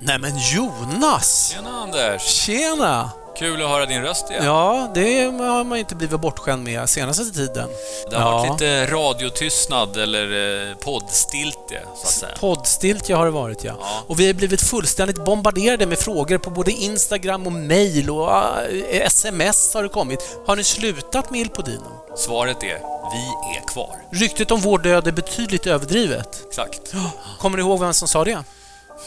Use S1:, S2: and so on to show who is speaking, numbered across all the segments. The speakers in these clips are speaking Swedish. S1: Nej men Jonas!
S2: Tjena Anders!
S1: Tjena!
S2: Kul att höra din röst igen.
S1: Ja, det har man inte blivit bortskämd med senaste tiden.
S2: Det har
S1: Ja.
S2: varit lite radiotystnad eller eh, poddstiltje, så att säga.
S1: Poddstiltje har det varit, ja.
S2: Ja.
S1: Och vi har blivit fullständigt bombarderade med frågor på både Instagram och mail och ah, sms har det kommit. Har ni slutat med Il Podino?
S2: Svaret är, vi är kvar.
S1: Ryktet om vår död är betydligt överdrivet.
S2: Exakt.
S1: Kommer du ihåg vem som sa det? Ja,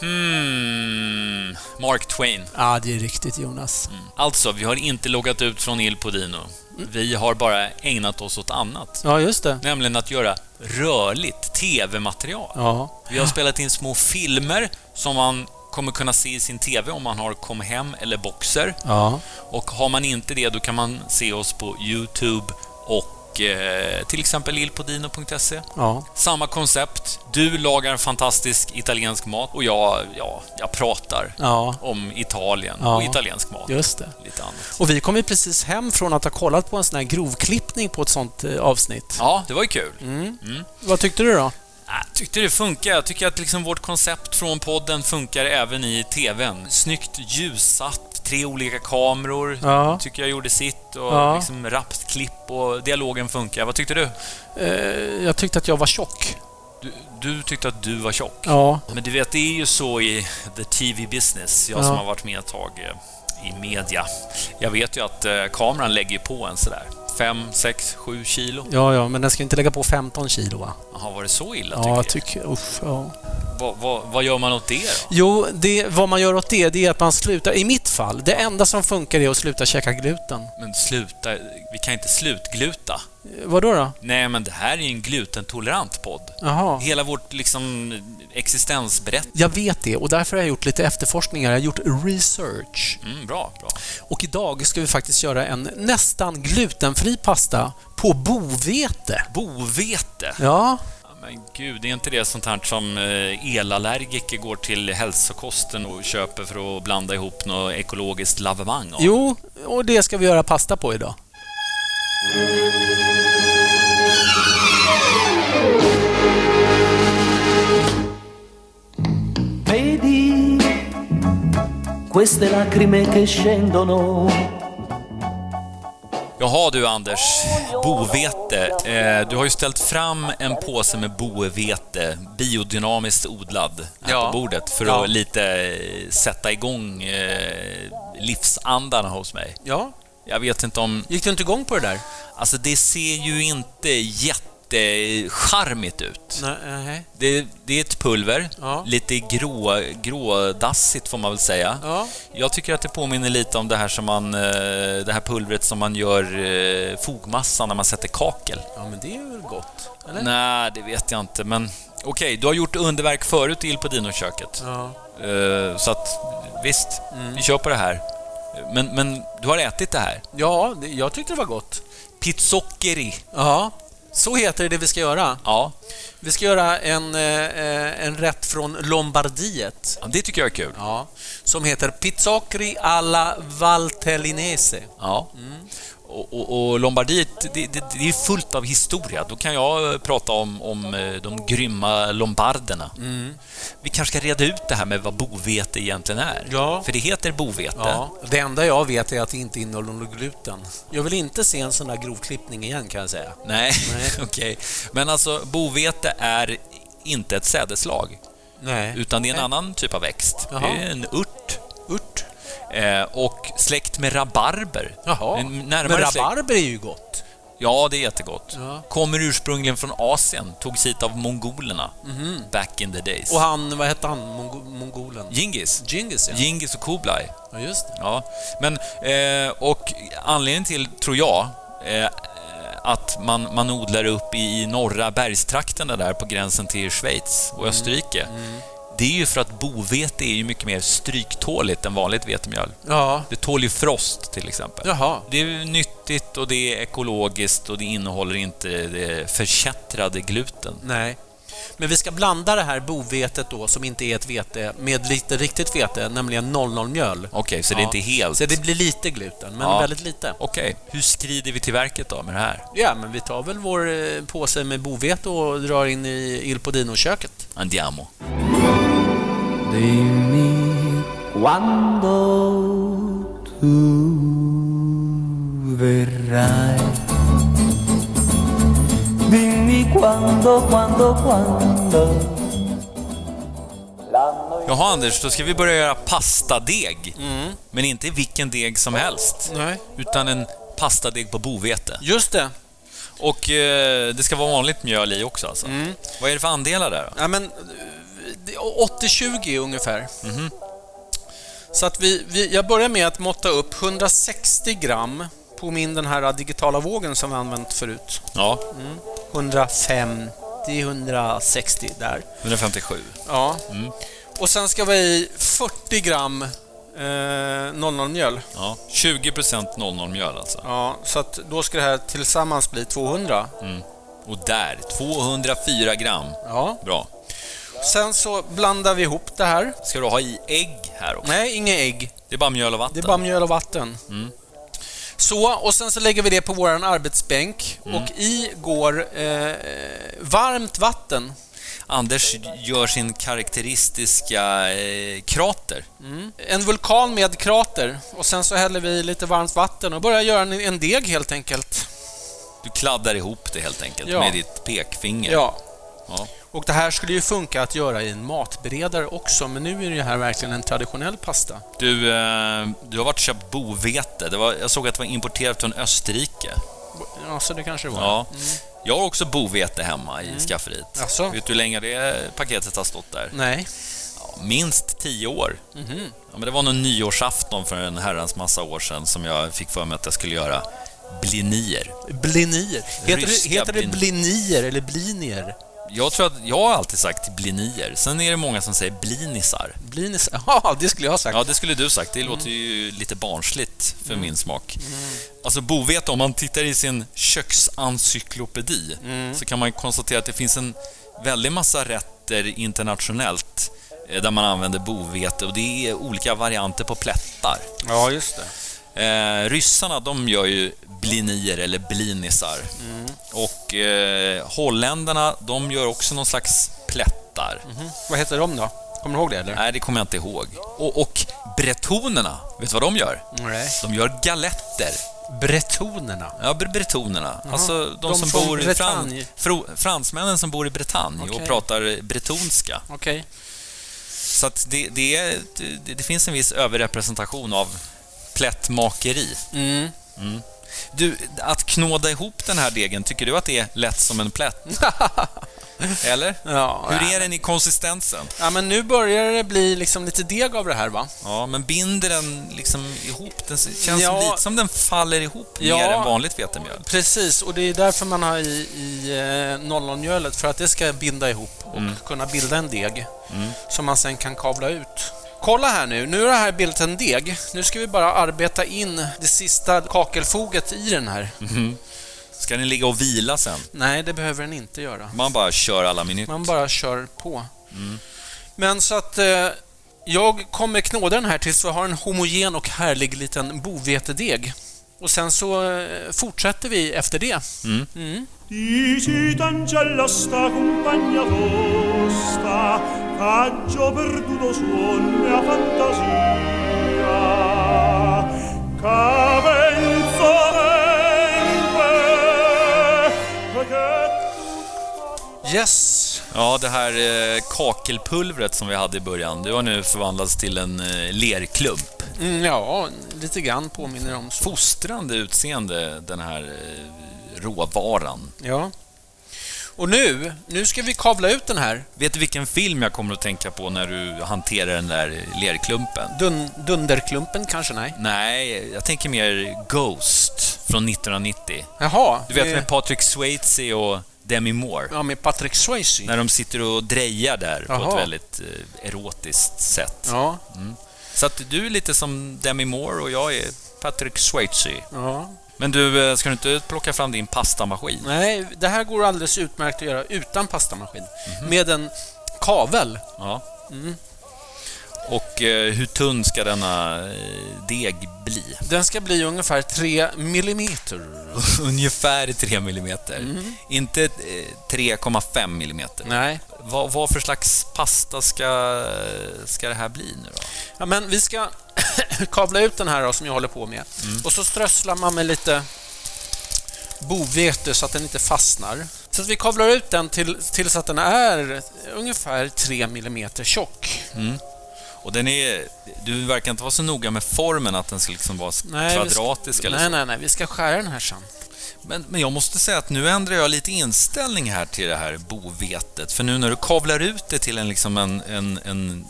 S2: Hmm, Mark Twain.
S1: ah, det är riktigt Jonas.
S2: Alltså, vi har inte loggat ut från Il Podino. Vi har bara ägnat oss åt annat.
S1: Ja, just det.
S2: Nämligen att göra rörligt TV-material.
S1: Ja.
S2: Vi har spelat in små filmer som man kommer kunna se i sin TV om man har kom hem eller boxer.
S1: Ja.
S2: Och har man inte det, då kan man se oss på YouTube och eh, till exempel illpodino.se.
S1: Ja.
S2: Samma koncept. Du lagar fantastisk italiensk mat och jag, ja, jag pratar
S1: Ja.
S2: om Italien
S1: Ja.
S2: och italiensk mat.
S1: Just det.
S2: Lite annat.
S1: Och vi kom ju precis hem från att ha kollat på en sån här grovklippning på ett sånt eh, avsnitt.
S2: Ja, det var ju kul.
S1: Mm. Vad tyckte du då?
S2: Jag tyckte det funkar. Jag tycker att liksom vårt koncept från podden funkar även i TVn. Snyggt ljussatt, tre olika kameror.
S1: Ja.
S2: Tycker jag gjorde sitt och
S1: Ja.
S2: liksom rappt klipp och dialogen funkar. Vad tyckte du?
S1: Eh, jag tyckte att jag var tjock.
S2: Du, du tyckte att du var tjock.
S1: Ja.
S2: Men du vet, det är ju så i the TV business, jag
S1: Ja.
S2: som har varit med ett tag eh, i media. Jag vet ju att eh, kameran lägger ju på en sådär 5, 6, 7 kilo.
S1: Ja, ja, men den ska inte lägga på 15 kilo, va?
S2: Jaha, var det så illa
S1: ja, jag
S2: tycker
S1: tycker... Usch, ja.
S2: du? Vad, vad, vad gör man åt det då?
S1: Jo, det, vad man gör åt det, det är att man slutar... I mitt fall, det enda som funkar är att sluta käka gluten.
S2: Men sluta, vi kan inte slutgluta.
S1: Eh, Vadå då?
S2: Nej, men det här är ju en glutentolerant podd.
S1: Jaha.
S2: Hela vårt liksom existensberätt...
S1: Jag vet det och därför har jag gjort lite efterforskningar. Jag har gjort research.
S2: Mm, bra, bra.
S1: Och idag ska vi faktiskt göra en nästan glutenfri pasta på bovete.
S2: Bovete.
S1: Ja,
S2: Ja, Men gud, är inte det sånt här som eh, elallergiker går till hälsokosten och köper för att blanda ihop något ekologiskt lavemang av?
S1: jo, och det ska vi göra pasta på idag.
S3: Vedi queste lacrime che scendono.
S2: Jaha du Anders, bovete. Eh, du har ju ställt fram en påse med bovete, biodynamiskt odlad, här
S1: Ja.
S2: på bordet för
S1: Ja.
S2: att lite eh, sätta igång eh, livsandarna hos mig.
S1: Ja,
S2: Jag vet inte om...
S1: gick du inte igång på det där?
S2: Alltså det ser ju inte jättecharmigt ut.
S1: Nej. nej.
S2: Det, det är ett pulver,
S1: Ja.
S2: lite grå, grådassigt får man väl säga.
S1: Ja.
S2: Jag tycker att det påminner lite om det här, som man, eh, det här pulvret som man gör eh, fogmassan när man sätter kakel.
S1: Ja, men det är väl gott? Eller?
S2: Nej, det vet jag inte, men okej, du har gjort underverk förut i Il Podino-köket.
S1: Ja. Mm.
S2: Eh, Så att visst, vi kör på det här. Men, men du har ätit det här?
S1: Ja, det, jag tyckte det var gott.
S2: Pizzoccheri.
S1: Ja, så heter det det vi ska göra.
S2: Ja,
S1: Vi ska göra en, eh, eh, en rätt från Lombardiet.
S2: ja, det tycker jag är kul.
S1: Ja, som heter Pizzoccheri alla Valtellinese.
S2: Ja. Och, och, och Lombardiet, det, det, det är fullt av historia. Då kan jag eh, prata om, om eh, de grymma lombarderna.
S1: Mm.
S2: Vi kanske ska reda ut det här med vad bovete egentligen är.
S1: Ja.
S2: För det heter bovete.
S1: Ja, det enda jag vet är att det inte innehåller något gluten. Jag vill inte se en sån där grovklippning igen kan jag säga.
S2: Nej,
S1: Nej.
S2: okej. Men alltså, bovete är inte ett sädeslag,
S1: Nej.
S2: utan det är en annan typ av växt.
S1: Jaha.
S2: Det är en urt.
S1: Urt.
S2: Eh, och släkt med rabarber.
S1: Jaha.
S2: En
S1: Men
S2: närmare släkt.
S1: rabarber är ju gott.
S2: Ja, det är jättegott.
S1: Ja.
S2: Kommer ursprungligen från Asien, togs hit av mongolerna back in the days.
S1: Mhm. Och han, vad hette han, Mongo- mongolen?
S2: Genghis.
S1: Djingis, ja.
S2: Genghis och Kublai.
S1: ja. just det.
S2: Ja. Men, eh, och anledningen till, tror jag, eh, att man, man odlar upp i, i norra bergstrakterna där på gränsen till Schweiz
S1: Mm.
S2: och Österrike, det är ju för att bovete är ju mycket mer stryktåligt än vanligt vetemjöl.
S1: Ja.
S2: Det tål ju frost till exempel.
S1: Jaha.
S2: Det är nyttigt och det är ekologiskt och det innehåller inte det förkättrade gluten.
S1: Nej. Men vi ska blanda det här bovetet då, som inte är ett vete, med lite riktigt vete, nämligen 00-mjölk.
S2: Okej, så det är
S1: Ja.
S2: inte helt...
S1: Så det blir lite gluten, men
S2: Ja.
S1: väldigt lite.
S2: Okej, hur skrider vi till verket då med det här?
S1: Ja, men vi tar väl vår eh, påse med bovete och drar in i Il Podino-köket.
S2: Andiamo.
S3: Dimmi quando tu verrai. Dimmi quando, quando, quando. L'anno
S2: Jaha Anders, då ska vi börja göra pastadeg. Men inte vilken deg som helst.
S1: Mm. Nej.
S2: Utan en pastadeg på bovete.
S1: Just det.
S2: Och eh, det ska vara vanligt mjöl i också alltså.
S1: Mm.
S2: Vad är det för andelar där då?
S1: Ja, men, eh, det- 80-20 ungefär. Så att vi, vi, jag börjar med att måtta upp 160 gram på min den här digitala vågen som vi använt förut.
S2: Ja,
S1: 150, 160 där.
S2: 157.
S1: Ja. Och sen ska vi ha i 40 gram eh, 00-mjöl.
S2: Ja. 20% 00 mjöl alltså.
S1: Ja, så att då ska det här tillsammans bli 200.
S2: Och där, 204 gram.
S1: Ja.
S2: Bra.
S1: Sen så blandar vi ihop det här.
S2: Ska du ha i ägg här också?
S1: Nej, inga ägg.
S2: Det är bara mjöl och vatten.
S1: Det är bara mjöl och vatten. Mm. Så, och sen så lägger vi det på vår arbetsbänk och i går eh, varmt vatten.
S2: Anders gör sin karaktäristiska eh, krater.
S1: En vulkan med krater och sen så häller vi i lite varmt vatten och börjar göra en, en deg helt enkelt.
S2: Du kladdar ihop det helt enkelt
S1: Ja.
S2: med ditt pekfinger.
S1: Ja.
S2: Ja.
S1: Och det här skulle ju funka att göra i en matberedare också, men nu är det ju här verkligen en traditionell pasta.
S2: Du, eh, du har varit och köpt bovete. Det var, jag såg att det var importerat från Österrike.
S1: Ja, så det kanske det var.
S2: Ja. Jag har också bovete hemma i skafferiet.
S1: Mm. Jaså? Mm.
S2: Vet du hur länge det paketet har stått där?
S1: Nej.
S2: Ja, minst tio år.
S1: Mhm.
S2: Ja, men det var någon nyårsafton för en herrans massa år sedan som jag fick för mig att jag skulle göra blinier.
S1: Blinier. Heter det,
S2: Ryska
S1: heter det
S2: blin-
S1: blinier eller blinier?
S2: Jag tror att jag har alltid sagt blinier. Sen är det många som säger blinisar.
S1: Blinis... Ja, det skulle jag ha sagt.
S2: Ja, det skulle du sagt. Det låter ju lite barnsligt för min smak. Alltså bovete, om man tittar i sin köksencyklopedi så kan man ju konstatera att det finns en väldig massa rätter internationellt eh, där man använder bovete och det är olika varianter på plättar.
S1: ja just det.
S2: Eh, ryssarna, de gör ju blinier eller blinisar. Och eh, holländarna, de gör också någon slags plättar.
S1: Mm. Vad heter de då? Kommer du ihåg det eller?
S2: Nej, det kommer jag inte ihåg. Och, och bretonerna, vet du vad de gör?
S1: Nej.
S2: De gör galetter.
S1: Bretonerna.
S2: Ja, bre- bretonerna. Alltså de,
S1: De
S2: som
S1: från
S2: bor i
S1: Bretagne.
S2: Fran- fro- fransmännen som bor i Bretagne
S1: Okej.
S2: och pratar bretonska.
S1: Okej.
S2: Så att det, det, är, det, det finns en viss överrepresentation av plättmakeri.
S1: Mm.
S2: Du, att knåda ihop den här degen, tycker du att det är lätt som en plätt? Eller?
S1: Ja,
S2: Hur är den i konsistensen?
S1: ja, men nu börjar det bli liksom lite deg av det här va?
S2: Ja, men binder den liksom ihop? Den känns
S1: Ja.
S2: lite som den faller ihop mer
S1: Ja.
S2: än vanligt vetemjöl.
S1: Precis, och det är därför man har i, i eh, nollonmjölet, för att det ska binda ihop och kunna bilda en deg som man sen kan kavla ut. Kolla här nu, nu har det här bildat en deg. Nu ska vi bara arbeta in det sista kakelfoget i den här.
S2: Ska den ligga och vila sen?
S1: Nej, det behöver den inte göra.
S2: Man bara kör alla minuter.
S1: Man bara kör på.
S2: Mm.
S1: Men så att eh, jag kommer knåda den här tills vi har en homogen och härlig liten bovetedeg. Och sen så eh, fortsätter vi efter det.
S4: Dici t'angella sta compagna tosta, caggio perduto suonne a fantasia. Cavenzo vente, che
S1: Yes!
S2: Ja, det här eh, kakelpulvret som vi hade i början, det har nu förvandlats till en eh, lerklump.
S1: Mm, ja, lite grann påminner om så.
S2: Fostrande utseende, den här eh, råvaran.
S1: Ja. Och nu, nu ska vi kavla ut den här
S2: Vet du vilken film jag kommer att tänka på när du hanterar den där lerklumpen?
S1: dun, dunderklumpen kanske, nej?
S2: Nej, jag tänker mer Ghost från 1990.
S1: Jaha.
S2: Du vet
S1: med,
S2: med Patrick Swayze och Demi Moore.
S1: ja, med Patrick Swayze.
S2: När de sitter och drejar där på
S1: Jaha.
S2: ett väldigt eh, erotiskt sätt.
S1: Ja,
S2: Så att du är lite som Demi Moore och jag är Patrick Swayze.
S1: ja.
S2: Men du, eh, ska du inte plocka fram din pastamaskin?
S1: Nej, det här går alldeles utmärkt att göra utan pastamaskin.
S2: Mhm.
S1: Med en kavel.
S2: Ja.
S1: Mm.
S2: Och eh, hur tunn ska denna eh, deg bli?
S1: Den ska bli ungefär 3 millimeter.
S2: Ungefär 3 millimeter. Inte eh, 3,5 millimeter.
S1: Mm. Nej.
S2: Vad, vad för slags pasta ska, ska det här bli nu då?
S1: Ja, men vi ska kavla ut den här då, som jag håller på med.
S2: Mm.
S1: Och så strösslar man med lite bovete så att den inte fastnar. Så att vi kavlar ut den till, tills att den är ungefär 3 mm tjock.
S2: Och den är... Du verkar inte vara så noga med formen, att den ska liksom vara
S1: Nej, vi ska-
S2: kvadratisk eller så.
S1: nej, nej, nej, vi ska skära den här sen.
S2: Men, men jag måste säga att nu ändrar jag lite inställning här till det här bovetet. För nu när du kavlar ut det till en, liksom en, en, en,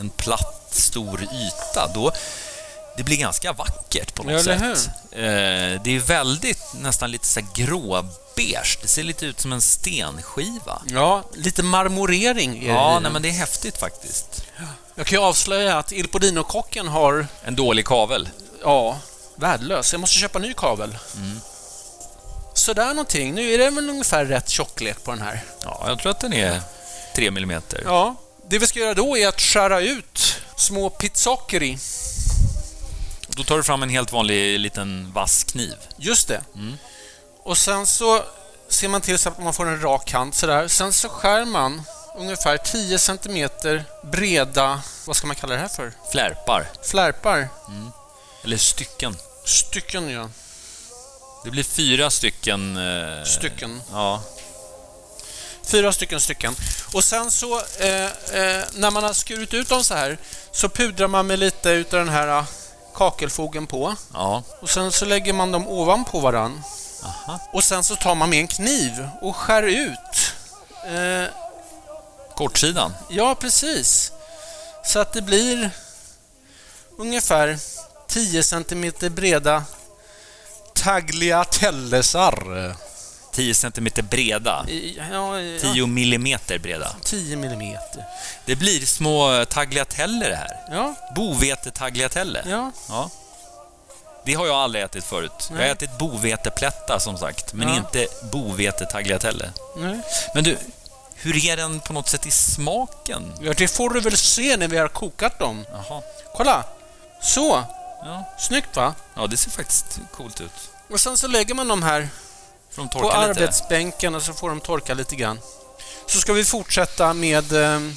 S2: en platt, stor yta, då det blir ganska vackert på något
S1: Ja, eller
S2: sätt. Eh, det är väldigt, nästan lite så här gråbeige. Det ser lite ut som en stenskiva.
S1: Ja, lite marmorering är det
S2: Ja,
S1: i
S2: nej,
S1: den.
S2: men det är häftigt faktiskt.
S1: Jag kan ju avslöja att Il Podino-kocken har,
S2: En dålig kavel.
S1: ja, värdelös. Jag måste köpa ny kabel. Sådär någonting. Nu är det väl ungefär rätt tjocklek på den här.
S2: Ja, jag tror att den är 3 millimeter.
S1: Ja, det vi ska göra då är att skära ut små pizzoccheri.
S2: Då tar du fram en helt vanlig liten vass kniv.
S1: Just det. Och sen så ser man till så att man får en rak kant sådär. Sen så skär man ungefär 10 centimeter breda, vad ska man kalla det här för?
S2: Flärpar.
S1: Flärpar.
S2: Eller stycken.
S1: Stycken, ja.
S2: Det blir fyra stycken... Eh,
S1: Stycken.
S2: Ja.
S1: Fyra stycken stycken. Och sen så, eh, eh, när man har skurit ut dem så här, så pudrar man med lite utav den här eh, kakelfogen på.
S2: ja.
S1: Och sen så lägger man dem ovanpå varann.
S2: Aha.
S1: Och sen så tar man med en kniv och skär ut. Eh,
S2: Kortsidan.
S1: ja, precis. Så att det blir ungefär 10 centimeter breda tagliatellesar.
S2: 10 centimeter breda.
S1: I- Ja, i- ja,
S2: 10 millimeter breda.
S1: 10 millimeter.
S2: Det blir små tagliateller det här.
S1: Ja,
S2: Bovete-tagliatelle.
S1: ja.
S2: Ja. Det har jag aldrig ätit förut. Jag
S1: Nej.
S2: har ätit boveteplätta som sagt, men
S1: Ja.
S2: inte bovete-tagliatelle.
S1: Nej.
S2: Men du, hur är den på något sätt i smaken?
S1: Ja, det får du väl se när vi har kokat dem.
S2: Jaha.
S1: Kolla! Så!
S2: Ja.
S1: Snyggt va?
S2: ja, det ser faktiskt coolt ut.
S1: Och sen så lägger man dem här
S2: Får de
S1: på
S2: torka lite?
S1: arbetsbänken och så får de torka lite grann. Så ska vi fortsätta med... ehm,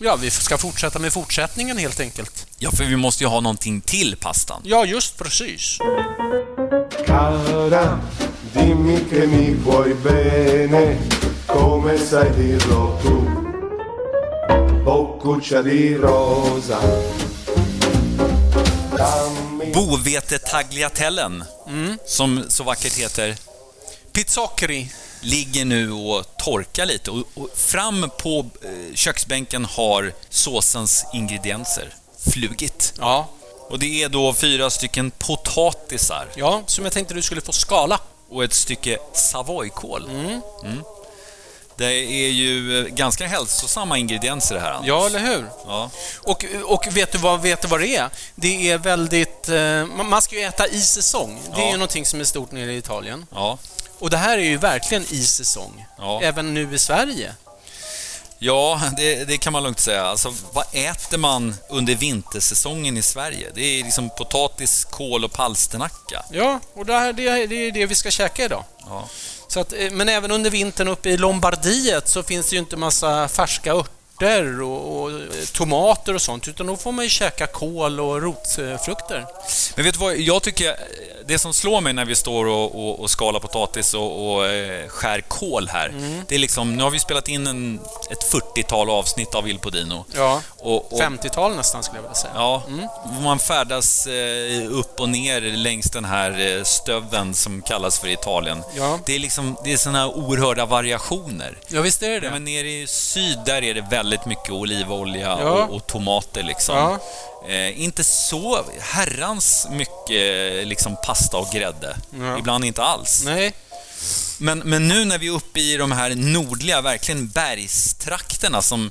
S1: Ja, vi ska fortsätta med fortsättningen helt enkelt.
S2: Ja, för vi måste ju ha någonting till pastan.
S1: Ja, just precis.
S5: Cara, dimmi che mi vuoi bene, come sai dirlo tu. Boccuccia di rosa. Dammi
S2: Bovete-tagliatellen,
S1: Mm.
S2: som så vackert heter,
S1: Pizzoccheri.
S2: ligger nu och torkar lite. Och, och fram på eh, köksbänken har såsens ingredienser flugit.
S1: Ja.
S2: Och det är då fyra stycken potatisar
S1: ja, som jag tänkte du skulle få skala.
S2: och ett stycke savoykål. Mm. Det är ju eh, ganska hälsosamma ingredienser det här, Anders.
S1: Ja, eller hur?
S2: Ja.
S1: Och, och vet, du vad, vet du vad det är? Det är väldigt... eh, Man man ska ju äta i säsong. Det är
S2: Ja.
S1: ju någonting som är stort nere i Italien.
S2: ja.
S1: Och det här är ju verkligen i säsong.
S2: Ja.
S1: Även nu i Sverige.
S2: Ja, det, det kan man lugnt säga. Alltså, vad äter man under vintersäsongen i Sverige? Det är liksom potatis, kål och palsternacka.
S1: Ja, och det, här, det, det är det vi ska käka idag.
S2: Ja.
S1: Så att, eh, men även under vintern uppe i Lombardiet så finns det ju inte massa färska örter och, och eh, tomater och sånt, utan då får man ju käka kål och rotfrukter.
S2: Men vet du vad, jag tycker... eh, Det som slår mig när vi står och, och, och skalar potatis och, och eh, skär kål här,
S1: Mm.
S2: det är liksom... Nu har vi spelat in en, ett 40-tal avsnitt av Il Podino.
S1: Ja. Mm.
S2: Och, och,
S1: 50-tal nästan skulle jag vilja säga.
S2: Ja, man färdas eh, upp och ner längs den här eh, stöven som kallas för Italien.
S1: Ja.
S2: Det är liksom, det är sådana oerhörda variationer.
S1: Ja, visst är det
S2: Ja,
S1: det.
S2: men nere i syd, där är det väldigt mycket olivolja
S1: Ja.
S2: och, och tomater liksom.
S1: Ja.
S2: Eh, inte så herrans mycket eh, liksom pasta och grädde.
S1: Ja.
S2: Ibland inte alls.
S1: Nej,
S2: Men, men nu när vi är uppe i de här nordliga, verkligen bergstrakterna som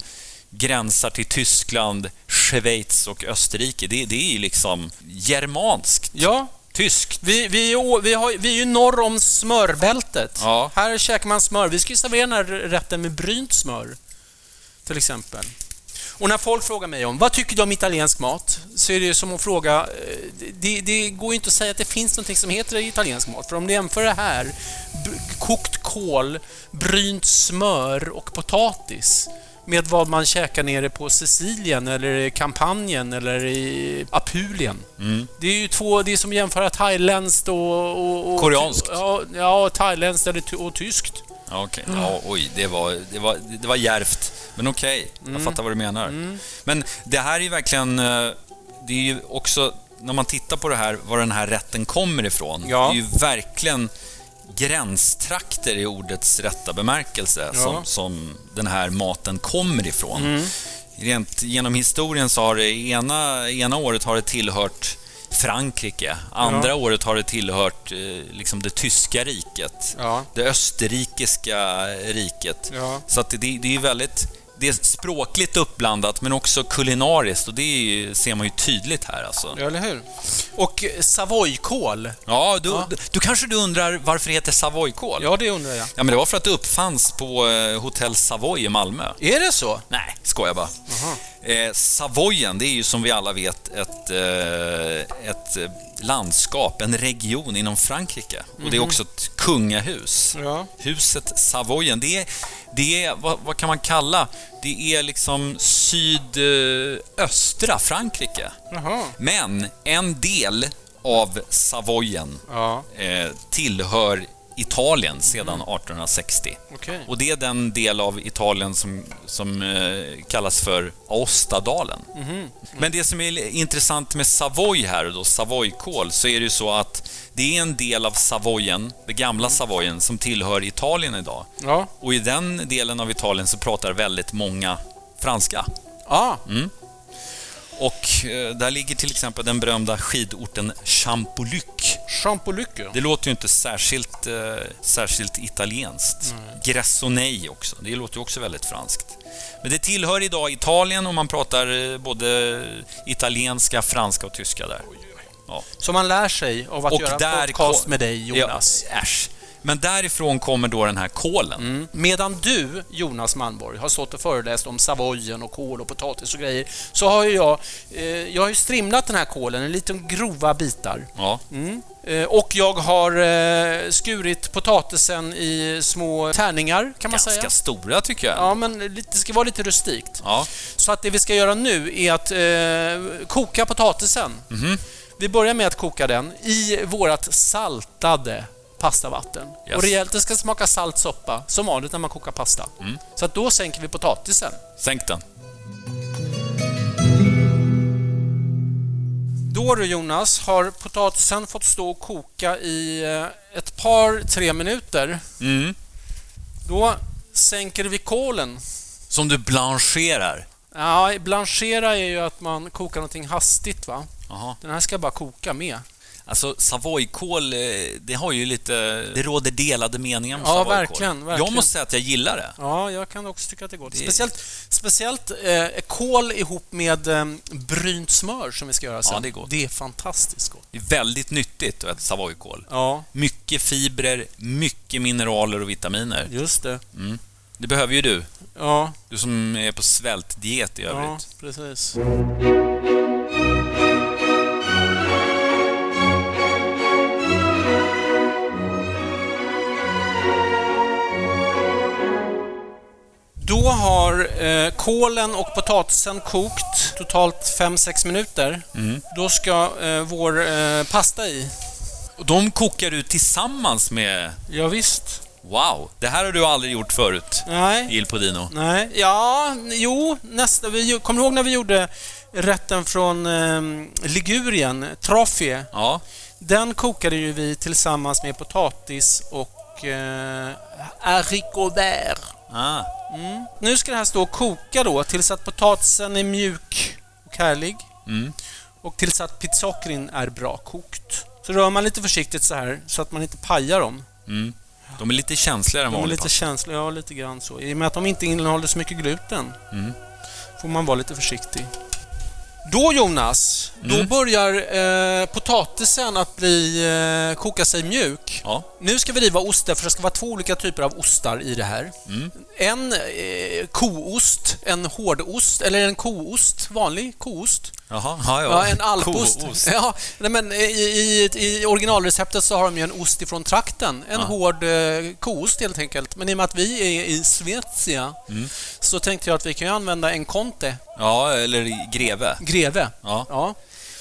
S2: gränsar till Tyskland, Schweiz och Österrike. Det, det är ju liksom germanskt,
S1: ja.
S2: tyskt.
S1: Vi, vi, är å- vi, har, vi är ju norr om smörbältet.
S2: Ja.
S1: Här käkar man smör. Vi ska ju servera den här rätten med brynt smör, till exempel. Och när folk frågar mig om vad tycker du om italiensk mat, så är det ju som att fråga... eh, Det, det går ju inte att säga att det finns någonting som heter italiensk mat, för om du jämför det här, b- kokt kål, brynt smör och potatis, med vad man käkar nere på Sicilien eller i Kampanjen eller i Apulien. Det är ju två, det är som att jämföra thailändskt och... och, och
S2: Koreanskt.
S1: Ja, ja thailändskt eller ty- och tyskt.
S2: Ja, Okej, ja, oj, det var, det var, det var djärvt. Men okej,
S1: Mm.
S2: jag fattar vad du menar. Men det här är ju verkligen... eh, Det är ju också, när man tittar på det här, var den här rätten kommer ifrån.
S1: Ja.
S2: Det är ju verkligen gränstrakter i ordets rätta bemärkelse
S1: Ja. Mm.
S2: som, som den här maten kommer ifrån. Rent genom historien så har det ena, ena året har det tillhört Frankrike, andra året har det tillhört eh, liksom det tyska riket
S1: Ja.
S2: det österrikiska riket.
S1: Ja.
S2: Så att det, det är ju väldigt... Det är språkligt uppblandat, men också kulinariskt och det är ju, ser man ju tydligt här alltså.
S1: Ja, eller hur? Och eh, Savoykål.
S2: Ja, du,
S1: Ja.
S2: Du, du kanske du undrar varför det heter Savoykål?
S1: Ja, det undrar jag.
S2: Ja, men det var för att det uppfanns på eh, Hotell Savoy i Malmö.
S1: Är det så?
S2: Nej, skojar bara. Eh, Savoyen, det är ju som vi alla vet ett, eh, ett eh, landskap, en region inom Frankrike. Och det är också ett kungahus.
S1: Mhm. Ja.
S2: Huset Savoyen, det är, det är vad, vad kan man kalla, det är liksom sydöstra Frankrike.
S1: Jaha.
S2: Men en del av Savoyen
S1: Ja,
S2: eh, tillhör Italien sedan 1860.
S1: okej.
S2: Och det är den del av Italien som, som eh, kallas för Aostadalen. Men det som är li- intressant med Savoy här, och då Savoykål, så är det ju så att det är en del av Savoyen, det gamla Savoyen, som tillhör Italien idag.
S1: Ja.
S2: Och i den delen av Italien så pratar väldigt många franska.
S1: Ah,
S2: Mm. Och eh, där ligger till exempel den berömda skidorten Champoluc.
S1: Champolycke.
S2: Det låter ju inte särskilt, eh, särskilt italienskt. Gressonei också, det låter ju också väldigt franskt. Men det tillhör idag Italien och man pratar eh, både italienska, franska och tyska där. Ja.
S1: Som man lär sig av att
S2: Och
S1: göra
S2: där
S1: en podcast
S2: ko-
S1: med dig, Jonas.
S2: Ja, äsch. Men därifrån kommer då den här kolen.
S1: Mm. Medan du, Jonas Malmborg, har stått och föreläst om Savoyen och kål och potatis och grejer, så har ju jag, eh, jag har ju strimlat den här kålen i lite grova bitar.
S2: Ja.
S1: Mm. Eh, och jag har eh, skurit potatisen i små tärningar, kan man
S2: Ganska
S1: säga.
S2: stora tycker jag.
S1: Ja, men lite, det ska vara lite rustikt.
S2: Ja.
S1: Så att det vi ska göra nu är att eh, koka potatisen.
S2: Mhm.
S1: Vi börjar med att koka den i vårt saltade pastavatten.
S2: Yes.
S1: Och rejält, det ska smaka salt soppa, som vanligt när man kokar pasta.
S2: Mm.
S1: Så att då sänker vi potatisen.
S2: Sänk den.
S1: Då du Jonas, har potatisen fått stå och koka i eh, ett par, tre minuter.
S2: Mm.
S1: Då sänker vi kålen.
S2: Som du blancherar.
S1: Ja, blanchera är ju att man kokar någonting hastigt va?
S2: Jaha.
S1: Den här ska bara koka med.
S2: Alltså Savoykål, eh, det har ju lite... Det råder delade meningar om
S1: Ja,
S2: Savoykål.
S1: verkligen, verkligen.
S2: Jag måste säga att jag gillar det.
S1: Ja, jag kan också tycka att det är gott.
S2: Det är-
S1: Speciellt, speciellt eh, kål ihop med eh, brynt smör som vi ska göra sen.
S2: det är gott.
S1: Det är fantastiskt gott.
S2: Det är väldigt nyttigt att äta Savoykål.
S1: Ja,
S2: Mycket fibrer, mycket mineraler och vitaminer.
S1: just det.
S2: Det behöver ju du.
S1: Ja,
S2: Du som är på svältdiet i
S1: ja
S2: övrigt.
S1: precis. Då har eh, kålen och potatisen kokt totalt 5-6 minuter. Då ska eh, vår eh, pasta i.
S2: Och De kokar du tillsammans med...
S1: Ja, visst.
S2: Wow! Det här har du aldrig gjort förut,
S1: Nej.
S2: Il Podino.
S1: Nej. Ja, jo, nästa. Vi, ju- kommer du ihåg när vi gjorde rätten från eh, Ligurien, Trofie?
S2: Ja,
S1: Den kokade ju vi tillsammans med potatis och eh, haricots verts.
S2: ah.
S1: Nu ska det här stå och koka då tills att potatisen är mjuk och härlig.
S2: Mm.
S1: Och tills att pizzocchrin är bra kokt. Så rör man lite försiktigt så här så att man inte pajar dem.
S2: Mm. De är lite känsligare än
S1: De är
S2: vanligt.
S1: lite känsliga, ja lite grann så. I och med att de inte innehåller så mycket gluten
S2: Mm.
S1: får man vara lite försiktig. Då Jonas, då
S2: Mm.
S1: börjar eh, potatisen att bli, eh, koka sig mjuk.
S2: Ja.
S1: Nu ska vi riva osten, för det ska vara två olika typer av ostar i det här.
S2: Mm.
S1: En eh, koost, en hårdost, eller en koost, vanlig koost.
S2: Jaha, ja, ja.
S1: Ja, en alpost.
S2: Koost.
S1: Ja, nej, men i, i, I originalreceptet så har de ju en ost ifrån trakten. En hård eh, koost helt enkelt. Men i och med att vi är i Svezia
S2: Mm.
S1: så tänkte jag att vi kan ju använda en conte,
S2: Ja, eller i greve.
S1: greve.
S2: Ja.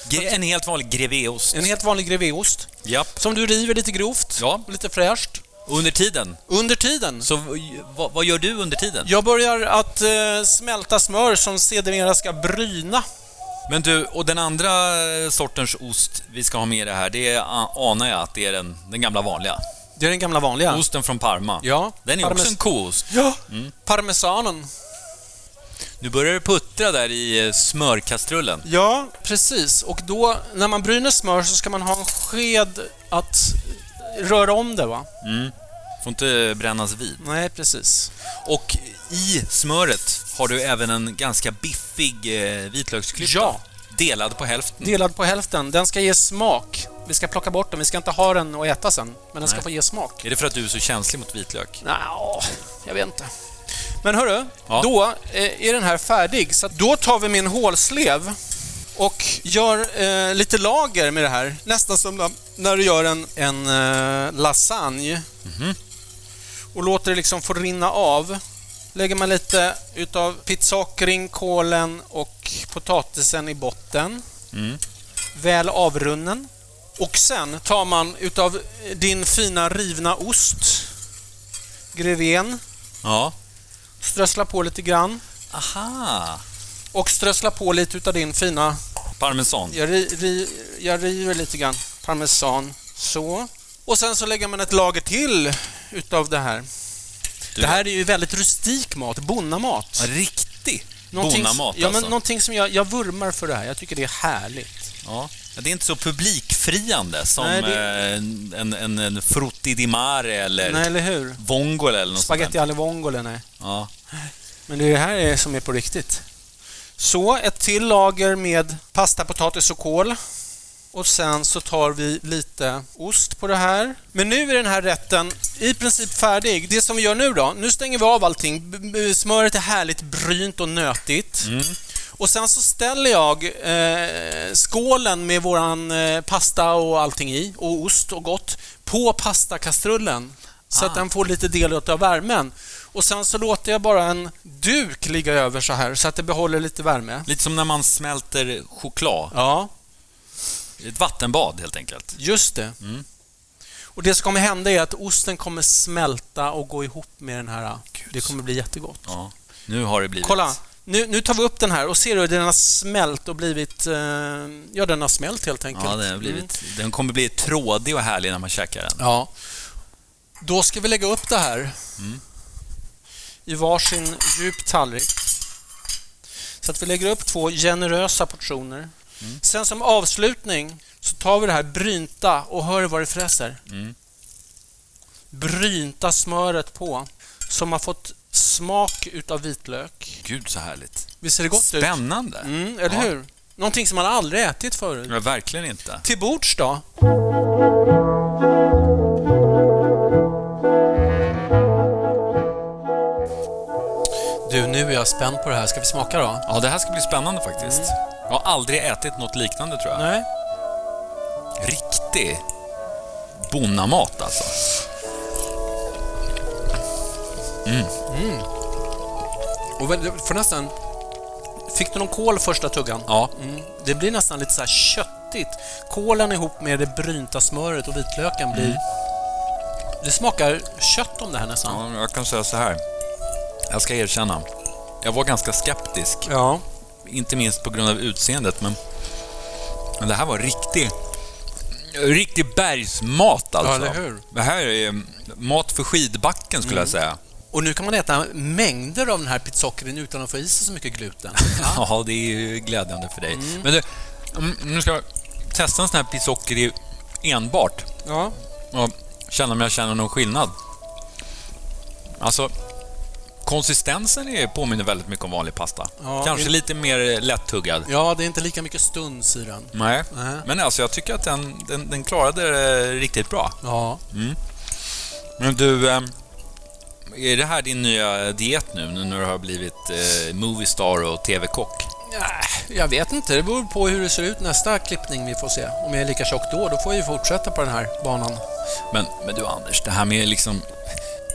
S2: Gre- en helt vanlig greveost.
S1: En helt vanlig greveost.
S2: Japp.
S1: Som du river lite grovt,
S2: Ja.
S1: lite fräscht.
S2: Under tiden,
S1: Under tiden.
S2: så v- vad, vad gör du under tiden?
S1: Jag börjar att eh, smälta smör som sedermera ska bryna.
S2: Men du, och den andra eh, sortens ost vi ska ha med i det här, det är, a- anar jag att det är den, den gamla vanliga.
S1: Det är den gamla vanliga.
S2: Osten från Parma.
S1: Ja.
S2: Den är
S1: Parmes-
S2: också en koost.
S1: Ja. Parmesanen.
S2: Nu börjar det puttra där i eh, smörkastrullen.
S1: Ja, precis. Och då, när man bryner smör så ska man ha en sked att röra om det, va?
S2: Får inte eh, brännas vid.
S1: Nej, precis.
S2: Och i smöret har du även en ganska biffig eh, vitlöksklyfta.
S1: Ja.
S2: Delad på hälften.
S1: Delad på hälften. Den ska ge smak. Vi ska plocka bort den. Vi ska inte ha den och äta sen. Men den ska
S2: Nej.
S1: få ge smak.
S2: Är det för att du är så känslig mot vitlök?
S1: Nja, jag vet inte. Men hörru,
S2: Ja.
S1: då eh, är den här färdig. Så att då tar vi min hålslev och gör eh, lite lager med det här. Nästan som när- när du gör en, en eh, lasagne. Mhm. Och låter det liksom få rinna av. Lägger man lite utav pizzakring, kålen och potatisen i botten. Mm. Väl avrunnen. Och sen tar man utav eh, din fina rivna ost grevén,
S2: Ja.
S1: strössla på lite grann
S2: Aha!
S1: och strössla på lite utav din fina...
S2: Parmesan.
S1: Jag, ri, ri, jag river lite grann parmesan, så. Och sen så lägger man ett lager till utav det här.
S2: Du-
S1: Det här är ju väldigt rustik mat, bonnamat.
S2: Riktig
S1: Någonting-
S2: bonamat
S1: ja, men
S2: alltså.
S1: Någonting som jag, jag vurmar för det här. Jag tycker det är härligt.
S2: Ja. Det är inte så publikfriande som
S1: Nej, det-
S2: eh, en, en, en frutti di mare eller
S1: Nej, eller hur?
S2: vongole eller något
S1: Spaghetti
S2: sånt
S1: alle vongole, nej.
S2: där. Ja.
S1: Men det är det här är- som är på riktigt. Så, ett till lager med pasta, potatis och kål. Och sen så tar vi lite ost på det här. Men nu är den här rätten i princip färdig. Det som vi gör nu då, nu stänger vi av allting. B- b- Smöret är härligt brynt och nötigt. Och sen så ställer jag eh, skålen med våran eh, pasta och allting i, och ost och gott, på pastakastrullen. Så
S2: Ah.
S1: att den får lite del av värmen. Och sen så låter jag bara en duk ligga över så här, så att det behåller lite värme.
S2: Lite som när man smälter choklad.
S1: Ja,
S2: Ett vattenbad helt enkelt.
S1: Just det.
S2: Mm.
S1: Och det som kommer hända är att osten kommer smälta och gå ihop med den här. Det kommer bli jättegott.
S2: Ja. Nu har det blivit...
S1: Kolla, nu, nu tar vi upp den här och ser du, den har smält och blivit... Eh, ja, den har smält helt enkelt.
S2: Ja, den, har
S1: Mm.
S2: blivit, den kommer bli trådig och härlig när man käkar den.
S1: Ja. Då ska vi lägga upp det här
S2: Mm.
S1: i varsin djup tallrik. Så att vi lägger upp två generösa portioner.
S2: Mm.
S1: Sen som avslutning så tar vi det här brynta och hör vad det fräser.
S2: Mm.
S1: Brynta smöret på som har fått smak utav vitlök.
S2: Gud, så härligt.
S1: Visst ser det gott ut?
S2: Spännande.
S1: Mm, eller
S2: Ja.
S1: hur? Någonting som man aldrig ätit förut.
S2: Ja, verkligen inte.
S1: Till bords då? Du, nu är jag spänd på det här. Ska vi smaka då?
S2: Ja, det här ska bli spännande faktiskt.
S1: Mm.
S2: Jag har aldrig ätit något liknande tror jag.
S1: Nej.
S2: Riktig bonnamat alltså.
S1: Och väl- för nästan... Fick du någon kål första tuggan?
S2: Ja,
S1: Mm. Det blir nästan lite så här köttigt. Kålen ihop med det brynta smöret och vitlöken blir... Det smakar kött om det här nästan.
S2: ja, jag kan säga så här. Jag ska erkänna. Jag var ganska skeptisk,
S1: Ja.
S2: inte minst på grund av utseendet, men, men det här var riktig, riktig bergsmat alltså.
S1: eller hur? Mm.
S2: Det här är eh, mat för skidbacken skulle jag säga.
S1: Och nu kan man äta mängder av den här pizzockerin utan att få i sig så mycket gluten.
S2: Ja, det är ju glädjande för dig. Men du, mm, nu ska jag testa en sån här pissocker enbart
S1: ja.
S2: och känna om jag känner någon skillnad. Alltså, Konsistensen är, påminner väldigt mycket om vanlig pasta.
S1: Ja,
S2: Kanske
S1: det-
S2: lite mer lättuggad.
S1: Ja, det är inte lika mycket stuns i den.
S2: Nej.
S1: Nej.
S2: Men alltså jag tycker att den, den, den klarade det eh, riktigt bra.
S1: Ja.
S2: Men du, ehm, är det här din nya eh, diet nu, nu när du har blivit eh, moviestar och TV-kock?
S1: Nej, Äh, Jag vet inte. Det beror på hur det ser ut nästa klippning vi får se. Om jag är lika tjock då, då får jag ju fortsätta på den här banan.
S2: Men, men du Anders, det här med liksom...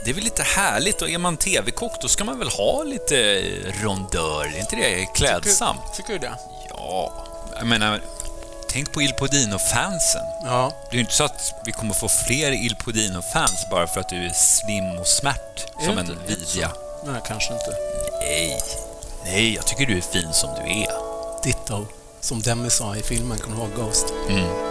S2: Det är väl lite härligt och är man TV-kock då ska man väl ha lite rondör? Är inte det klädsamt?
S1: Tycker du det?
S2: Ja, jag menar... Tänk på Il Podino-fansen.
S1: Ja.
S2: Det är ju inte så att vi kommer få fler Il Podino-fans bara för att du är slim och smärt
S1: Är
S2: som
S1: det
S2: en
S1: inte lite så?
S2: vidja.
S1: Nej, kanske inte.
S2: Nej, nej, jag tycker du är fin som du är.
S1: Ditto. Som Demi sa i filmen, kommer du ihåg Ghost?
S2: Mm.